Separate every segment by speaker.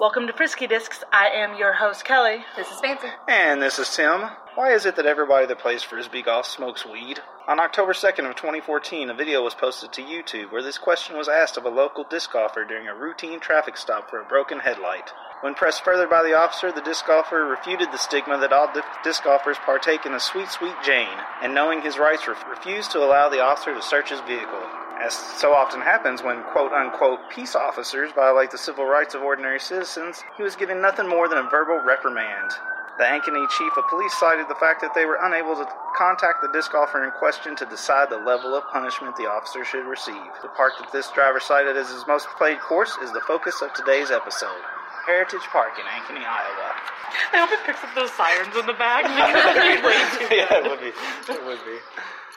Speaker 1: Welcome to Frisky Discs. I am your host, Kelly.
Speaker 2: This is Fancy.
Speaker 3: And this is Tim. Why is it that everybody that plays frisbee golf smokes weed? On October 2nd of 2014, a video was posted to YouTube where this question was asked of a local disc golfer during a routine traffic stop for a broken headlight. When pressed further by the officer, the disc golfer refuted the stigma that all di- disc golfers partake in a sweet, sweet Jane, and knowing his rights, ref- refused to allow the officer to search his vehicle. As so often happens when quote unquote peace officers violate the civil rights of ordinary citizens, he was given nothing more than a verbal reprimand. The Ankeny chief of police cited the fact that they were unable to contact the disc golfer in question to decide the level of punishment the officer should receive. The park that this driver cited as his most played course is the focus of today's episode Heritage Park in Ankeny, Iowa.
Speaker 1: I hope it picks up those sirens in the back. because they're way too-
Speaker 3: yeah, it would be. It would be.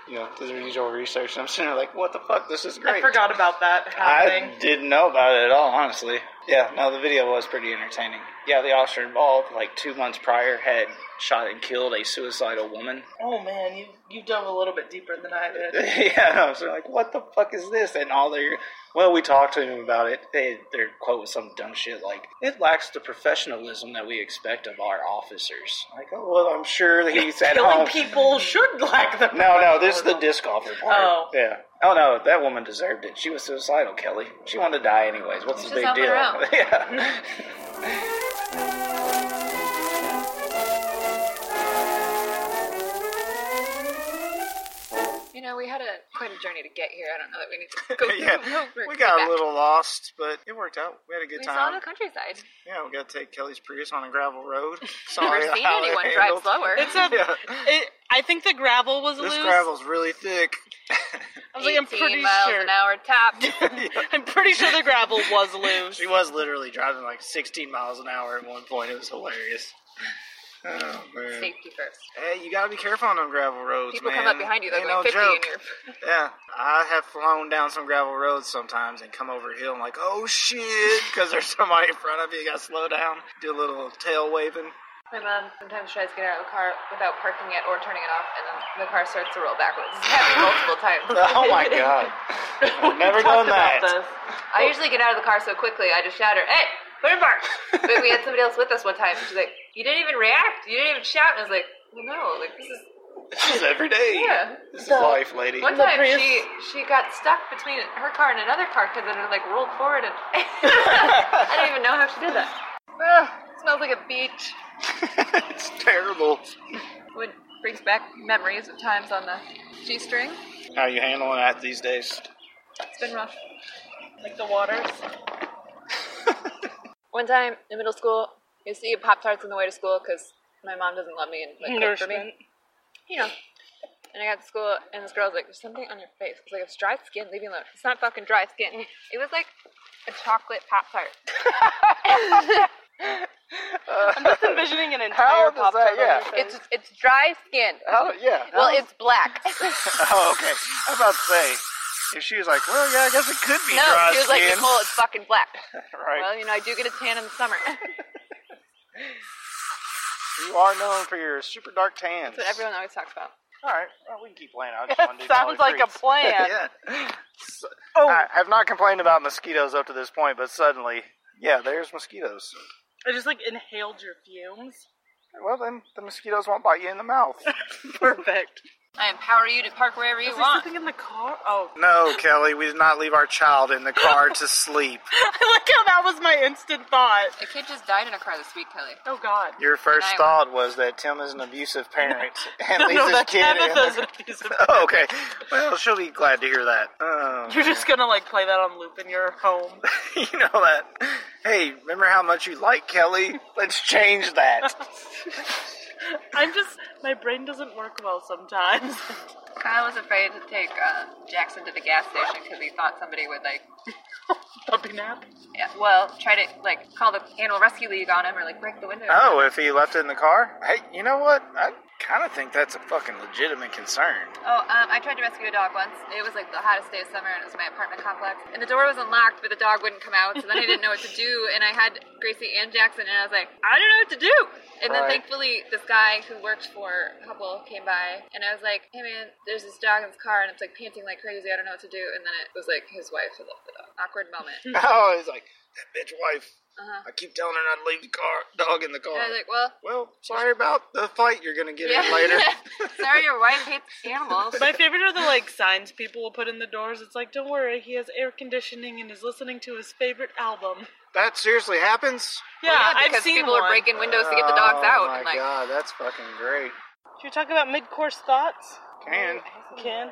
Speaker 3: You know, did their usual research, and I'm sitting there like, what the fuck? This is great.
Speaker 1: I forgot about that happening.
Speaker 3: I didn't know about it at all, honestly. Yeah, no, the video was pretty entertaining. Yeah, the officer involved, like two months prior, had shot and killed a suicidal woman.
Speaker 1: Oh man, you you dove a little bit deeper than I did.
Speaker 3: yeah, I was like, what the fuck is this? And all their, well, we talked to him about it. They, their quote was some dumb shit like, it lacks the professionalism that we expect of our officers. Like, oh, well, I'm sure that he's at
Speaker 1: Killing
Speaker 3: home.
Speaker 1: people should lack the.
Speaker 3: No, no, this is the disc golfer part.
Speaker 1: Oh.
Speaker 3: Yeah. Oh no, that woman deserved it. She was suicidal, Kelly. She wanted to die anyways. What's
Speaker 2: She's
Speaker 3: the big
Speaker 2: helping
Speaker 3: deal?
Speaker 2: her out.
Speaker 3: yeah.
Speaker 2: You know, we had a quite a journey to get here. I don't know that we need to go. go, go,
Speaker 3: We
Speaker 2: go
Speaker 3: got
Speaker 2: back.
Speaker 3: a little lost, but it worked out. We had a good
Speaker 2: We saw
Speaker 3: time.
Speaker 2: the countryside.
Speaker 3: Yeah, we got to take Kelly's Prius on a gravel road.
Speaker 2: Never
Speaker 3: Sorry,
Speaker 2: seen
Speaker 3: how it
Speaker 2: anyone drive
Speaker 3: handled-
Speaker 2: slower.
Speaker 1: It's a.
Speaker 3: Yeah.
Speaker 1: It, I think the gravel was
Speaker 3: This
Speaker 1: loose.
Speaker 3: gravel's really thick.
Speaker 1: I was like, I'm
Speaker 2: 18
Speaker 1: pretty
Speaker 2: miles
Speaker 1: sure.
Speaker 2: an hour top.
Speaker 3: Yeah.
Speaker 1: I'm pretty sure the gravel was loose.
Speaker 3: She was literally driving like 16 miles an hour at one point. It was hilarious. Oh, man.
Speaker 2: Safety first.
Speaker 3: Hey, you gotta be careful on them gravel roads,
Speaker 2: People
Speaker 3: man.
Speaker 2: come up behind you, they're
Speaker 3: Ain't
Speaker 2: going
Speaker 3: no
Speaker 2: 50,
Speaker 3: joke.
Speaker 2: and you're
Speaker 3: Yeah, I have flown down some gravel roads sometimes and come over a hill. I'm like, oh shit, because there's somebody in front of you. You got to slow down, do a little tail waving.
Speaker 2: My mom sometimes tries to get out of the car without parking it or turning it off, and then the car starts to roll backwards. It's happened multiple times.
Speaker 3: Oh, I've
Speaker 1: We talked about this.
Speaker 2: I usually get out of the car so quickly, I just shout her, hey, put it in park. But we had somebody else with us one time, and she's like, you didn't even react. You didn't even shout. And I was like, well, no, like, this is,
Speaker 3: This is every day.
Speaker 2: yeah.
Speaker 3: This is
Speaker 1: So-
Speaker 3: life, lady.
Speaker 2: One
Speaker 1: The
Speaker 2: time
Speaker 1: Prius-
Speaker 2: she she got stuck between her car and another car because it had like rolled forward and I don't even know how she did that. Ugh, smells like a beach.
Speaker 3: it's terrible.
Speaker 2: Would brings back memories of times on the G string.
Speaker 3: How you handling that these days?
Speaker 2: It's been rough.
Speaker 1: Like the waters.
Speaker 2: One time in middle school, I used to eat Pop Tarts on the way to school because my mom doesn't love me and like cook for
Speaker 1: Nourishment.
Speaker 2: me. You know. And I got to school, and this girl's like, "There's something on your face." It's like it's dry skin. Leave me alone. It's not fucking dry skin. It was like a chocolate Pop Tart.
Speaker 1: I'm just envisioning an
Speaker 3: How
Speaker 1: entire
Speaker 3: does
Speaker 1: pop tart.
Speaker 3: that- yeah.
Speaker 2: It's it's dry skin.
Speaker 3: How, yeah.
Speaker 2: Well, it's black.
Speaker 3: Oh, okay. I was about to say, if she was like, well, yeah, I guess it could be
Speaker 2: no,
Speaker 3: dry
Speaker 2: she was like,
Speaker 3: skin.
Speaker 2: Nicole, it's fucking black.
Speaker 3: right.
Speaker 2: Well, you know, I do get a tan in the summer. That's
Speaker 3: you are known for your super dark tans.
Speaker 2: what everyone always talks about.
Speaker 3: All right. Well, we can keep playing. I just
Speaker 1: That
Speaker 3: want to do
Speaker 1: sounds
Speaker 3: Dollar
Speaker 1: like a
Speaker 3: Trees.
Speaker 1: plan.
Speaker 3: yeah. So-
Speaker 1: Oh,
Speaker 3: I, I've not complained about mosquitoes up to this point, but suddenly, yeah, there's mosquitoes.
Speaker 1: I just like inhaled your fumes.
Speaker 3: Well, then the mosquitoes won't bite you in the mouth.
Speaker 1: Perfect.
Speaker 2: I empower you to park wherever you
Speaker 1: Is there
Speaker 2: want.
Speaker 1: something in the car? Oh.
Speaker 3: no, Kelly, we did not leave our child in the car to sleep.
Speaker 1: I like how that was my instant thought.
Speaker 2: A kid just died in a car this week, Kelly.
Speaker 1: Oh God.
Speaker 3: Your first
Speaker 2: And I-
Speaker 3: thought was that Tim is an abusive parent and leaves
Speaker 1: no,
Speaker 3: his
Speaker 1: that's
Speaker 3: kid in
Speaker 1: Tabitha's
Speaker 3: the
Speaker 1: abuse.
Speaker 3: Oh, okay. Well, she'll be glad to hear that. Oh,
Speaker 1: You're just gonna like play that on loop in your home.
Speaker 3: you know that. Hey, remember how much you like Kelly? Let's change that.
Speaker 1: I'm just my brain doesn't work well sometimes.
Speaker 2: Kyle was afraid to take uh, Jackson to the gas station because he thought somebody would like,
Speaker 1: Puppy nap.
Speaker 2: yeah, well, try to like call the animal rescue league on him or like break the window.
Speaker 3: Oh, if he left it in the car? Hey, you know what? I kind of think that's a fucking legitimate concern.
Speaker 2: Oh, um, I tried to rescue a dog once. It was like the hottest day of summer, and it was my apartment complex. And the door was unlocked, but the dog wouldn't come out. So then I didn't know what to do. And I had Gracie and Jackson, and I was like, I don't know what to do. And then
Speaker 3: Right.
Speaker 2: thankfully, this guy who worked for Hubble came by, and I was like, Hey man, there's this dog in this car, and it's like panting like crazy. I Hmm. don't know what to do. And then it was like his wife who left the dog. Awkward moment.
Speaker 3: Oh, he's like, that bitch wife.
Speaker 2: Uh-huh.
Speaker 3: I keep telling her not to leave the car, dog in the car.
Speaker 2: And I was like, well,
Speaker 3: well, sorry about the fight you're gonna get in
Speaker 2: yeah.
Speaker 3: later.
Speaker 2: Sorry, your wife hates animals.
Speaker 1: My favorite are the like signs people will put in the doors. It's like, don't worry, he has air conditioning and is listening to his favorite album.
Speaker 3: that seriously happens.
Speaker 1: Yeah,
Speaker 2: because
Speaker 1: I've seen
Speaker 2: people
Speaker 1: one.
Speaker 2: are breaking windows to get the dogs out.
Speaker 3: Oh my
Speaker 2: I'm like,
Speaker 3: god, that's fucking great.
Speaker 1: Should we talk about mid-course thoughts?
Speaker 3: Can
Speaker 1: Can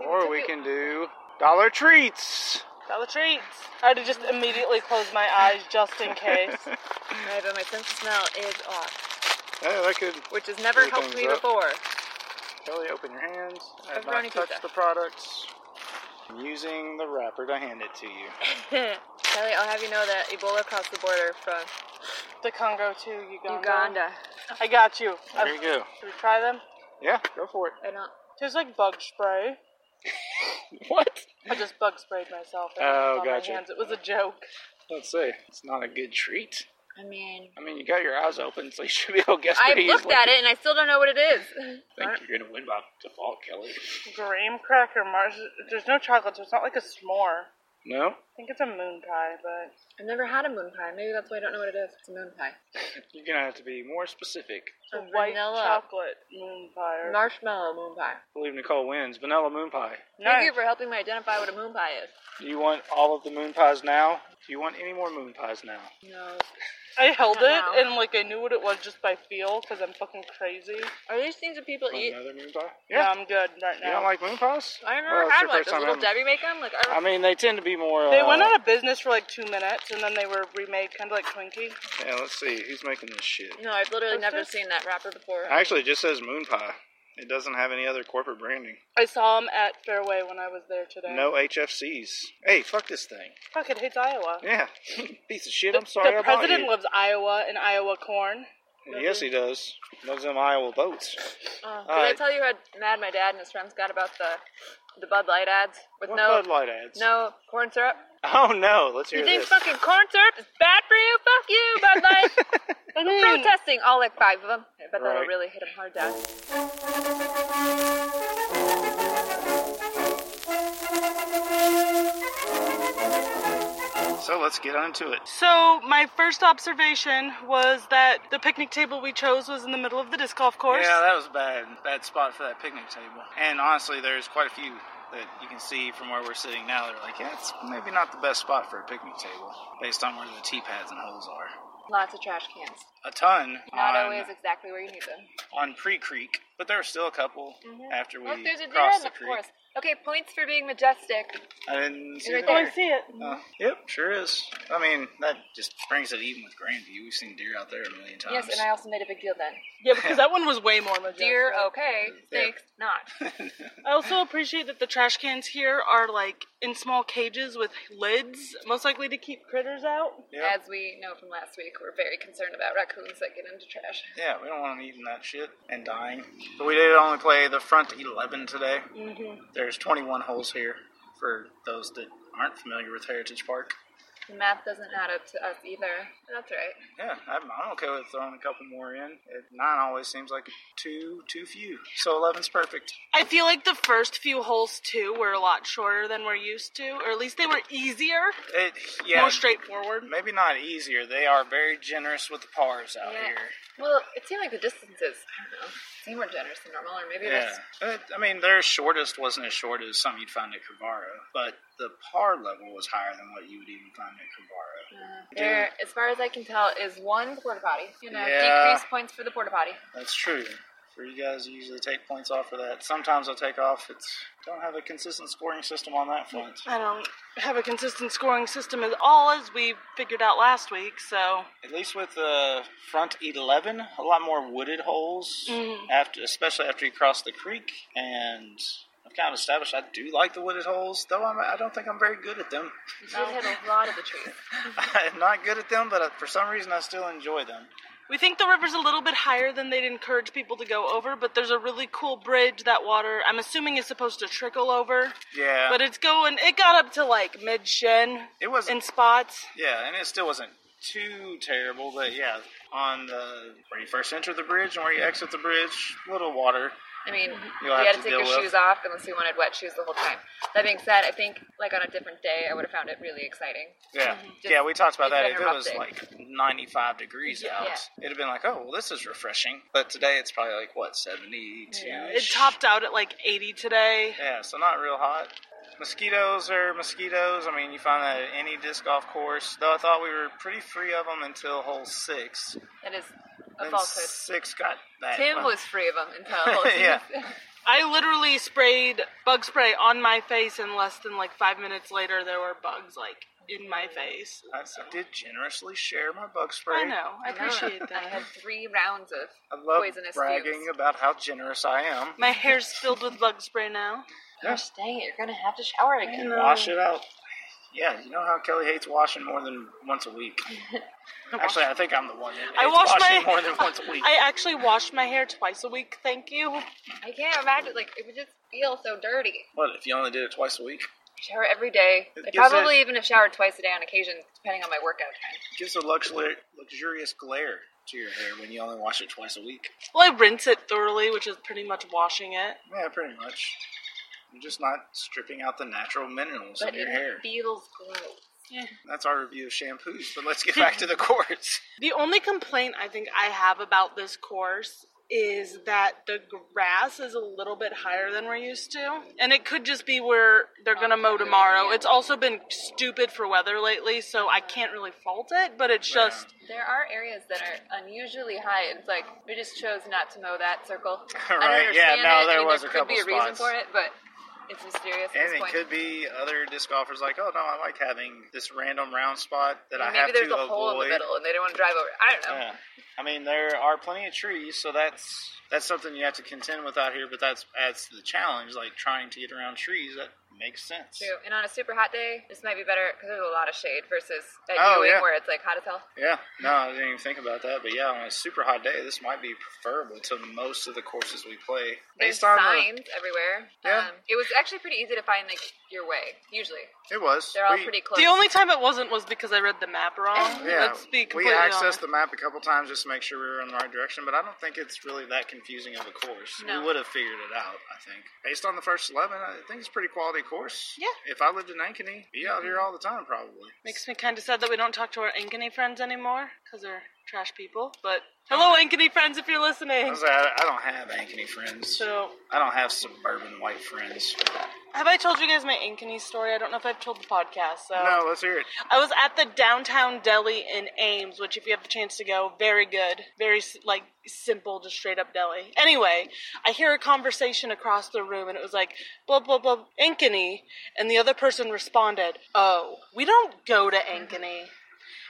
Speaker 3: or we can do dollar treats.
Speaker 1: Dollar treats. I had to just immediately close my eyes just in case.
Speaker 2: Right, but my sense of smell is off,
Speaker 3: Hey, that could
Speaker 2: which has never
Speaker 3: Here
Speaker 2: helped
Speaker 3: comes
Speaker 2: me
Speaker 3: up.
Speaker 2: before.
Speaker 3: Kelly, open your hands. I have
Speaker 2: Pepperoni
Speaker 3: not touched
Speaker 2: pizza.
Speaker 3: the products. I'm using the wrapper to hand it to you.
Speaker 2: Kelly, I'll have you know that Ebola crossed the border from
Speaker 1: The Congo to Uganda.
Speaker 2: Uganda.
Speaker 1: I got you.
Speaker 3: There you go.
Speaker 1: Should we try them?
Speaker 3: Yeah, go for it.
Speaker 2: I don't.
Speaker 1: Tastes like bug spray.
Speaker 3: What?
Speaker 1: I just bug sprayed myself. and on
Speaker 3: Oh,
Speaker 1: my
Speaker 3: gotcha.
Speaker 1: hands. It was a joke.
Speaker 3: Let's see. It's not a good treat.
Speaker 2: I mean,
Speaker 3: I mean, you got your eyes open, so you should be able to guess
Speaker 2: I
Speaker 3: pretty
Speaker 2: looked
Speaker 3: easily.
Speaker 2: at it and I still don't know what it is.
Speaker 3: I think you're gonna win by default, Kelly.
Speaker 1: Graham cracker Mars. There's no chocolate, so it's not like a s'more.
Speaker 3: No,
Speaker 1: I think it's a moon pie, but
Speaker 2: I've never had a moon pie. Maybe that's why I don't know what it is. It's a moon pie.
Speaker 3: you're gonna have to be more specific.
Speaker 1: it's a
Speaker 2: A
Speaker 1: white
Speaker 2: vanilla.
Speaker 1: chocolate moon pie. Or,
Speaker 2: Marshmallow moon pie.
Speaker 3: I believe Nicole wins. Vanilla moon pie.
Speaker 2: Thank
Speaker 1: No.
Speaker 2: you for helping me identify what a moon pie is.
Speaker 3: Do you want all of the moon pies now? Do you want any more moon pies now?
Speaker 2: No.
Speaker 1: I held it
Speaker 2: Wow.
Speaker 1: and like I knew what it was just by feel because I'm fucking crazy.
Speaker 2: Are these things that people
Speaker 3: Want
Speaker 2: eat?
Speaker 3: Another moon pie?
Speaker 1: Yeah,
Speaker 3: Yeah.
Speaker 1: I'm good right
Speaker 3: You
Speaker 1: now.
Speaker 3: don't like moon pies?
Speaker 2: I
Speaker 3: Well,
Speaker 2: remember
Speaker 3: it's
Speaker 2: had
Speaker 3: your
Speaker 2: one.
Speaker 3: first
Speaker 2: Does
Speaker 3: time
Speaker 2: little
Speaker 3: having them.
Speaker 2: Debbie make them? Like, I,
Speaker 3: I mean, they tend to be more.
Speaker 1: they
Speaker 3: uh,
Speaker 1: went out of business for like two minutes and then they were remade kind of like Twinkie.
Speaker 3: Yeah, let's see who's making this shit.
Speaker 2: no, I've literally never
Speaker 1: Toasters?
Speaker 2: seen that wrapper before.
Speaker 3: Actually, it just says moon pie. It doesn't have any other corporate branding.
Speaker 1: I saw them at Fairway when I was there today.
Speaker 3: No HFCs. Hey, fuck this thing.
Speaker 1: Fuck, it hates Iowa.
Speaker 3: Yeah, piece of shit.
Speaker 1: The-
Speaker 3: I'm sorry
Speaker 1: the
Speaker 3: I bought
Speaker 1: president
Speaker 3: you.
Speaker 1: loves Iowa and Iowa corn.
Speaker 3: Yes, he does. Loves them Iowa boats.
Speaker 2: Oh, did I
Speaker 3: Alright.
Speaker 2: tell you how mad my dad and his friends got about the the Bud Light ads with
Speaker 3: What
Speaker 2: no
Speaker 3: Bud Light ads?
Speaker 2: no corn syrup?
Speaker 3: Oh no, let's hear
Speaker 2: You think
Speaker 3: this.
Speaker 2: fucking corn syrup is bad for you? Fuck you, Bud Light.
Speaker 1: I mean,
Speaker 2: Protesting all like five of them. I bet that'll
Speaker 3: Right.
Speaker 2: really hit him hard, Dad.
Speaker 3: So let's get on to it.
Speaker 1: So my first observation was that the picnic table we chose was in the middle of the disc golf course.
Speaker 3: Yeah, that was a bad, bad spot for that picnic table. And honestly, there's quite a few that you can see from where we're sitting now. They're like, yeah, it's maybe not the best spot for a picnic table based on where the tee pads and holes are.
Speaker 2: Lots of trash cans.
Speaker 3: A ton
Speaker 2: Not
Speaker 3: on,
Speaker 2: always exactly where you need them.
Speaker 3: on Pre Creek, but there were still a couple after we
Speaker 2: Mm-hmm. Look, there's a deer on
Speaker 3: crossed
Speaker 2: the
Speaker 3: the creek.
Speaker 2: course. Okay, points for being majestic.
Speaker 3: I didn't see
Speaker 2: Right
Speaker 1: Oh,
Speaker 3: that.
Speaker 1: I see it.
Speaker 3: Uh, yep, sure is. I mean, that just brings it even with Grandview. We've seen deer out there a million times.
Speaker 2: Yes, and I also made a big deal then.
Speaker 1: Yeah, because that one was way more majestic.
Speaker 2: Deer, okay. Snakes, not.
Speaker 1: oh. I also appreciate that the trash cans here are like in small cages with lids, most likely to keep critters out.
Speaker 3: Yeah.
Speaker 2: As we know from last week, we're very concerned about raccoons that get into trash.
Speaker 3: Yeah, we don't want them eating that shit and dying. But we did only play the front 11 today. There's 21 holes here for those that aren't familiar with Heritage Park.
Speaker 2: The math doesn't add up to us either. That's right.
Speaker 3: Yeah, I'm, I'm okay with throwing a couple more in. It, nine always seems like too too few. So 11's perfect.
Speaker 1: I feel like the first few holes too were a lot shorter than we're used to, or at least they were easier,
Speaker 3: It, yeah,
Speaker 1: more straightforward.
Speaker 3: maybe not easier. They are very generous with the pars out
Speaker 2: Yeah.
Speaker 3: here.
Speaker 2: Well, it seemed like the distances, I don't know, seemed more generous than normal, or maybe
Speaker 3: Yeah,
Speaker 2: that's
Speaker 3: Uh, I mean their shortest wasn't as short as some you'd find at Kavara, but the par level was higher than what you would even find at Kavara.
Speaker 2: Uh, there, as far as I can tell, is one porta potty. You know,
Speaker 3: Yeah.
Speaker 2: decrease points for the porta potty.
Speaker 3: That's true. For you guys, you usually take points off for that. Sometimes I'll take off. It's don't have a consistent scoring system on that front.
Speaker 1: I don't have a consistent scoring system at all, as we figured out last week. So
Speaker 3: At least with the front eleven, a lot more wooded holes
Speaker 1: Mm-hmm.
Speaker 3: after, especially after you cross the creek. And I've kind of established I do like the wooded holes, though I'm, I don't think I'm very good at them.
Speaker 2: You did hit a lot of the trees.
Speaker 3: I'm not good at them, but I, for some reason I still enjoy them.
Speaker 1: we think the river's a little bit higher than they'd encourage people to go over, but there's a really cool bridge that water, I'm assuming, is supposed to trickle over.
Speaker 3: Yeah,
Speaker 1: But it's going, it got up to like mid shin
Speaker 3: It was
Speaker 1: in spots.
Speaker 3: yeah, and it still wasn't too terrible, but yeah, on the where you first enter the bridge and where you exit the bridge, little water.
Speaker 2: I mean, you
Speaker 3: You'll have
Speaker 2: had
Speaker 3: to
Speaker 2: to take
Speaker 3: deal
Speaker 2: your
Speaker 3: with.
Speaker 2: shoes off unless you wanted wet shoes the whole time. That being said, I think like on a different day, I would have found it really exciting.
Speaker 3: Yeah,
Speaker 2: Mm-hmm. Just
Speaker 3: yeah. We talked about that. If
Speaker 2: it's
Speaker 3: it was like
Speaker 2: interrupting.
Speaker 3: 95 degrees
Speaker 2: Yeah.
Speaker 3: out,
Speaker 2: Yeah.
Speaker 3: it'd have been like, oh, well, this is refreshing. But today it's probably like what 72.
Speaker 2: Yeah,
Speaker 1: It topped out at like 80 today.
Speaker 3: Yeah, so not real hot. Mosquitoes are mosquitoes. I mean, you find that at any disc golf course. Though I thought we were pretty free of them until hole six.
Speaker 2: That is a
Speaker 3: Then
Speaker 2: falsehood.
Speaker 3: six got that.
Speaker 2: Tim
Speaker 3: well,
Speaker 2: was free of them until
Speaker 3: Yeah.
Speaker 1: I literally sprayed bug spray on my face, and less than like five minutes later, there were bugs like in my face.
Speaker 3: I did generously share my bug spray.
Speaker 1: I know. I appreciate
Speaker 2: I had
Speaker 1: that.
Speaker 2: three rounds of
Speaker 3: I love
Speaker 2: poisonous
Speaker 3: bragging
Speaker 2: fumes.
Speaker 3: about how generous I am.
Speaker 1: My hair's filled with bug spray now.
Speaker 2: Gosh dang it, you're gonna have to shower again.
Speaker 3: Wash it out. Yeah, you know how Kelly hates washing more than once a week. Actually, I think I'm the one that hates
Speaker 1: I wash
Speaker 3: washing
Speaker 1: my-
Speaker 3: more than once a week.
Speaker 1: I actually wash my hair twice a week. Thank you.
Speaker 2: I can't imagine like it would just feel so dirty.
Speaker 3: What if you only did it twice a week?
Speaker 2: I shower every day.
Speaker 3: It
Speaker 2: I
Speaker 3: gives
Speaker 2: probably even have showered twice a day on occasion, depending on my workout time.
Speaker 3: It gives a luxuri- luxurious glare to your hair when you only wash it twice a week.
Speaker 1: Well, I rinse it thoroughly, which is pretty much washing it.
Speaker 3: Yeah, pretty much. You're just not stripping out the natural minerals
Speaker 2: But
Speaker 3: of your
Speaker 2: it
Speaker 3: hair.
Speaker 2: feels gross.
Speaker 3: That's our review of shampoos, but let's get back to the course.
Speaker 1: The only complaint I think I have about this course is that the grass is a little bit higher than we're used to. And it could just be where they're going to mow tomorrow. It's also been stupid for weather lately, so I can't really fault it, but it's just
Speaker 2: There are areas that are unusually high. It's like we just chose not to mow that circle. I don't
Speaker 3: Right, yeah,
Speaker 2: understand
Speaker 3: no,
Speaker 2: it.
Speaker 3: there
Speaker 2: I mean,
Speaker 3: was
Speaker 2: there
Speaker 3: a
Speaker 2: could be a
Speaker 3: couple
Speaker 2: reason
Speaker 3: spots.
Speaker 2: for it, but it's mysterious at
Speaker 3: And
Speaker 2: this
Speaker 3: it
Speaker 2: point.
Speaker 3: could be other disc golfers like, oh no, I like having this random round spot that I
Speaker 2: Maybe
Speaker 3: have
Speaker 2: there's
Speaker 3: to
Speaker 2: a
Speaker 3: avoid.
Speaker 2: hole in the middle, and they don't want to drive over. I don't know.
Speaker 3: Yeah. I mean, there are plenty of trees, so that's that's something you have to contend with out here. But that's that's the challenge, like trying to get around trees. That makes sense.
Speaker 2: True. And on a super hot day, this might be better because there's a lot of shade versus at
Speaker 3: Oh,
Speaker 2: Ewing
Speaker 3: yeah.
Speaker 2: where it's like hot as hell.
Speaker 3: Yeah. No, I didn't even think about that. But yeah, on a super hot day, this might be preferable to most of the courses we play.
Speaker 2: There's
Speaker 3: on
Speaker 2: signs everywhere.
Speaker 3: Yeah.
Speaker 2: Um, it was actually pretty easy to find like your way. Usually,
Speaker 3: the, it was
Speaker 2: they're all
Speaker 3: We-
Speaker 2: pretty close.
Speaker 1: the only time it wasn't was because I read the map wrong.
Speaker 3: Yeah,
Speaker 1: Let's be
Speaker 3: we
Speaker 1: completely honest.
Speaker 3: accessed the map a couple times just to make sure we were in the right direction, but I don't think it's really that confusing of a course.
Speaker 2: No.
Speaker 3: We would have figured it out, I think. Based on the first 11, I think it's a pretty quality course.
Speaker 1: Yeah. Mm-hmm.
Speaker 3: If I lived in Ankeny, be out here all the time, probably.
Speaker 1: Makes me kind of sad that we don't talk to our Ankeny friends anymore because they're trash people. But hello, Ankeny friends, if you're
Speaker 3: I,
Speaker 1: listening.
Speaker 3: was like, I I don't have Ankeny friends.
Speaker 1: So,
Speaker 3: I don't have suburban white friends.
Speaker 1: have I told you guys my Ankeny story? I don't know if I've told the podcast. So,
Speaker 3: No, let's hear it.
Speaker 1: I was at the downtown deli in Ames, which, if you have the chance to go, very good, very s- like simple, just straight up deli. Anyway, I hear a conversation across the room, and it was like blah blah blah Ankeny, and the other person responded, "Oh, we don't go to Ankeny,"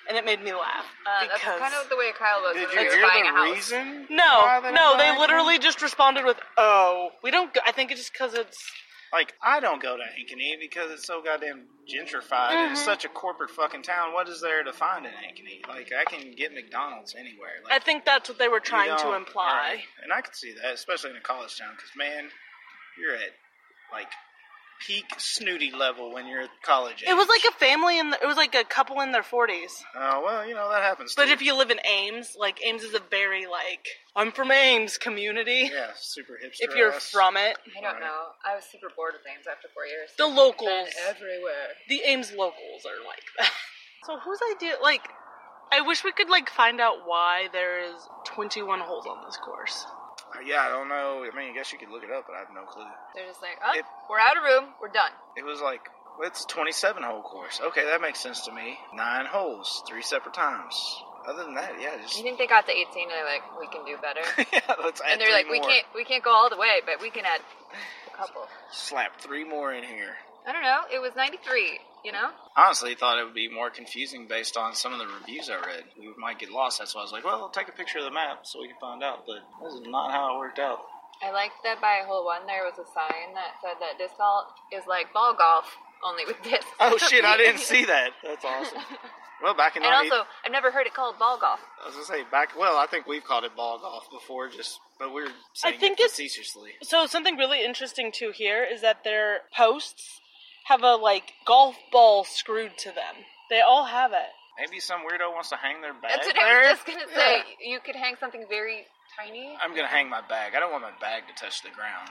Speaker 1: and it made me laugh
Speaker 2: Uh, that's
Speaker 1: because
Speaker 2: kind of the way Kyle was
Speaker 3: Did
Speaker 2: when
Speaker 3: you
Speaker 2: we were
Speaker 3: hear
Speaker 2: buying a
Speaker 3: the
Speaker 2: house.
Speaker 3: reason? why
Speaker 1: no,
Speaker 3: they
Speaker 1: no,
Speaker 3: don't
Speaker 1: they
Speaker 3: like
Speaker 1: literally just responded with "Oh, we don't." Go. I think it's just because it's
Speaker 3: Like, I don't go to Ankeny because it's so goddamn gentrified and
Speaker 1: Mm-hmm.
Speaker 3: it's such a corporate fucking town. What is there to find in Ankeny? Like, I can get McDonald's anywhere. Like,
Speaker 1: I think that's what they were
Speaker 3: You
Speaker 1: trying to
Speaker 3: don't-
Speaker 1: imply.
Speaker 3: right. And I could see that, especially in a college town, because man, you're at like peak snooty level when you're at college.
Speaker 1: It was like a family in the, it was like a couple in their 40s.
Speaker 3: a oh well, you know that happens.
Speaker 1: But
Speaker 3: too.
Speaker 1: if you live in Ames, like Ames is a very like I'm from Ames community.
Speaker 3: yeah, super hipster.
Speaker 1: if you're
Speaker 3: ass.
Speaker 1: from it,
Speaker 2: I don't know. I was super bored with Ames after four years.
Speaker 1: the
Speaker 2: Been
Speaker 1: locals,
Speaker 2: everywhere.
Speaker 1: the Ames locals are like that. So whose idea? Like, I wish we could like find out why there is 21 holes on this course.
Speaker 3: Uh, yeah, I don't know. I mean, I guess you could look it up, but I have no clue.
Speaker 2: They're just like, oh,
Speaker 3: It-
Speaker 2: we're out of room. We're done.
Speaker 3: It was like well, it's a 27 hole course. Okay, that makes sense to me. Nine holes, three separate times. Other than that, yeah,
Speaker 2: You
Speaker 3: just
Speaker 2: think they got to 18 and they're like, we can do better?
Speaker 3: yeah, let's add
Speaker 2: and they're
Speaker 3: three
Speaker 2: like, we
Speaker 3: more.
Speaker 2: can't, we can't go all the way, but we can add a couple.
Speaker 3: slap three more in here.
Speaker 2: I don't know. It was 93. You know,
Speaker 3: honestly thought it would be more confusing based on some of the reviews I read. We might get lost. That's why I was like, well, I'll take a picture of the map so we can find out. But this is not how it worked out.
Speaker 2: I liked that by hole one there was a sign that said that disc golf is like ball golf only with discs.
Speaker 3: Oh shit! I didn't see that. That's awesome. Well, back in
Speaker 2: And
Speaker 3: 90,
Speaker 2: also, I've never heard it called ball golf.
Speaker 3: I was gonna say back. Well, I think we've called it ball golf before, just but we're saying
Speaker 1: think
Speaker 3: it
Speaker 1: it's-
Speaker 3: facetiously.
Speaker 1: So something really interesting too here is that their posts have a like golf ball screwed to them. They all have it.
Speaker 3: Maybe some weirdo wants to hang their bag
Speaker 2: That's what I
Speaker 3: there.
Speaker 2: was just gonna say. You could hang something very
Speaker 4: tiny.
Speaker 3: I'm gonna hang my bag. I don't want my bag to touch the ground.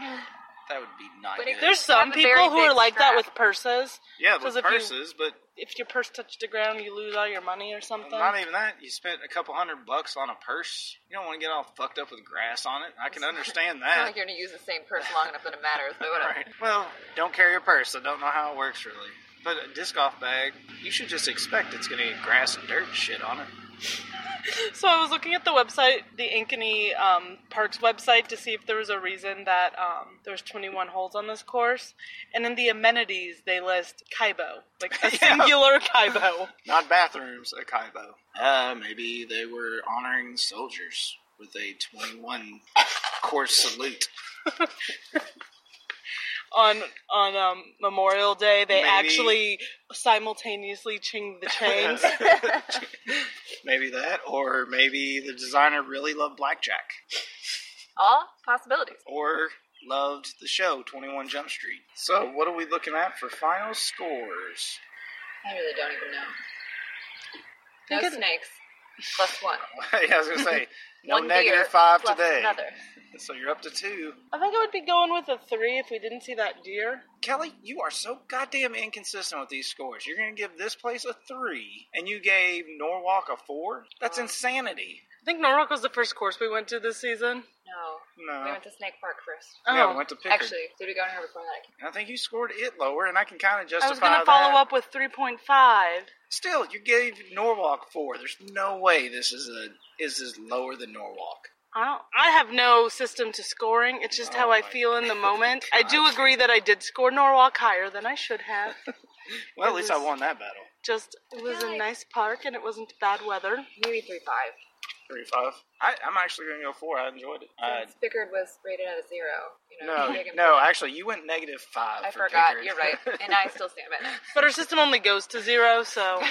Speaker 3: That would be not
Speaker 2: But it
Speaker 3: good.
Speaker 1: There's
Speaker 2: Have
Speaker 1: some
Speaker 2: a very
Speaker 1: people who are
Speaker 2: big
Speaker 1: like that
Speaker 2: strap.
Speaker 1: with purses.
Speaker 3: yeah, with
Speaker 1: because if you-
Speaker 3: purses, but
Speaker 1: If your purse touches the ground, you lose all your money or something.
Speaker 3: Not even that. You spent a couple hundred bucks on a purse. You don't want to get all fucked up with grass on it. I can understand
Speaker 2: It's not
Speaker 3: that.
Speaker 2: like you're gonna use the same purse long enough that it matters, but whatever.
Speaker 3: Right. Well, don't carry a purse. I don't know how it works really. But a disc golf bag, you should just expect it's going to get grass and dirt and shit on it.
Speaker 1: So I was looking at the website, the Ankeny um, Parks website, to see if there was a reason that um, there was 21 holes on this course. And in the amenities, they list Kaibo, like a
Speaker 3: Yeah.
Speaker 1: singular Kaibo.
Speaker 3: Not bathrooms, a kaibo. Uh, maybe they were honoring the soldiers with a 21 course salute.
Speaker 1: on on um, Memorial Day. They
Speaker 3: Maybe.
Speaker 1: actually simultaneously ching the chains.
Speaker 3: maybe that, or maybe the designer really loved blackjack,
Speaker 2: All possibilities.
Speaker 3: or loved the show 21 Jump Street. So, what are we looking at for final scores?
Speaker 2: I really don't even know. No
Speaker 1: Think of-
Speaker 2: snakes. Plus one.
Speaker 3: yeah, I was gonna say no
Speaker 2: One
Speaker 3: negative
Speaker 2: deer
Speaker 3: five
Speaker 2: plus
Speaker 3: today.
Speaker 2: Another.
Speaker 3: So you're up to two.
Speaker 1: I think I would be going with a three if we didn't see that deer.
Speaker 3: Kelly, you are so goddamn inconsistent with these scores. You're gonna give this place a three, and you gave Norwalk a four. That's
Speaker 2: Uh-huh.
Speaker 3: insanity.
Speaker 1: I think Norwalk was the first course we went to this season.
Speaker 2: No. We
Speaker 3: No.
Speaker 2: went to Snake Park first.
Speaker 3: Yeah,
Speaker 1: Oh.
Speaker 3: we went to Pickard.
Speaker 2: Actually, did we go anywhere before that? I can't-
Speaker 3: And I think you scored it lower, and I can kind of justify
Speaker 1: I was going to
Speaker 3: that.
Speaker 1: follow up with 3.5.
Speaker 3: Still, you gave Norwalk four. There's no way this is a is this lower than Norwalk.
Speaker 1: I don't. I have no system to scoring. It's just
Speaker 3: Oh
Speaker 1: how I
Speaker 3: my
Speaker 1: feel in the moment. I do
Speaker 3: God.
Speaker 1: agree that I did score Norwalk higher than I should have.
Speaker 3: Well, at
Speaker 1: It
Speaker 3: least I
Speaker 1: was-
Speaker 3: won that battle.
Speaker 1: Just it was a
Speaker 2: Yikes.
Speaker 1: nice park and it wasn't bad weather.
Speaker 2: Maybe three five.
Speaker 3: Three five. I, I'm actually gonna go four. I enjoyed it. Uh,
Speaker 2: Since Pickard was rated at a zero. You know,
Speaker 3: no,
Speaker 2: big and
Speaker 3: no.
Speaker 2: big.
Speaker 3: Actually, you went negative five.
Speaker 2: I
Speaker 3: for
Speaker 2: forgot.
Speaker 3: Pickard.
Speaker 2: You're right, and I still stand by that.
Speaker 1: But our system only goes to zero, so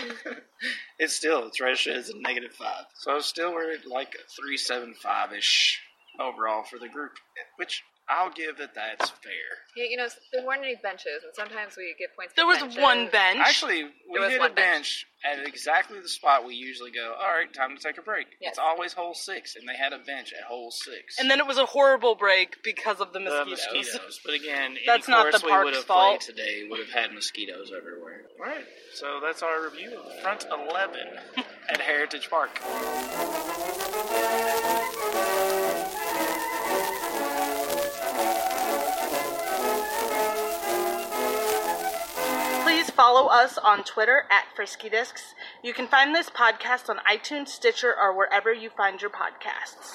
Speaker 3: It's still it's right as a negative five. So still we're at like a three seven five ish overall for the group, which I'll give that that's fair.
Speaker 2: Yeah, you know, there weren't any benches, and sometimes we get points. for
Speaker 1: there was
Speaker 2: benches.
Speaker 1: one bench.
Speaker 3: Actually, we
Speaker 2: was
Speaker 3: hit a
Speaker 2: one
Speaker 3: bench.
Speaker 2: bench.
Speaker 3: at exactly the spot we usually go. All right, time to take a break.
Speaker 2: Yes.
Speaker 3: It's always hole six, and they had a bench at hole six.
Speaker 1: And then it was a horrible break because of the
Speaker 3: the
Speaker 1: mosquitoes.
Speaker 3: mosquitoes. But again,
Speaker 1: That's
Speaker 3: any
Speaker 1: not the
Speaker 3: course we
Speaker 1: park's
Speaker 3: would have
Speaker 1: fault.
Speaker 3: played today would have had mosquitoes everywhere. All right. So that's our review of front 11 at Heritage Park.
Speaker 1: Please follow us on Twitter at Frisky Discs. You can find this podcast on iTunes, Stitcher, or wherever you find your podcasts.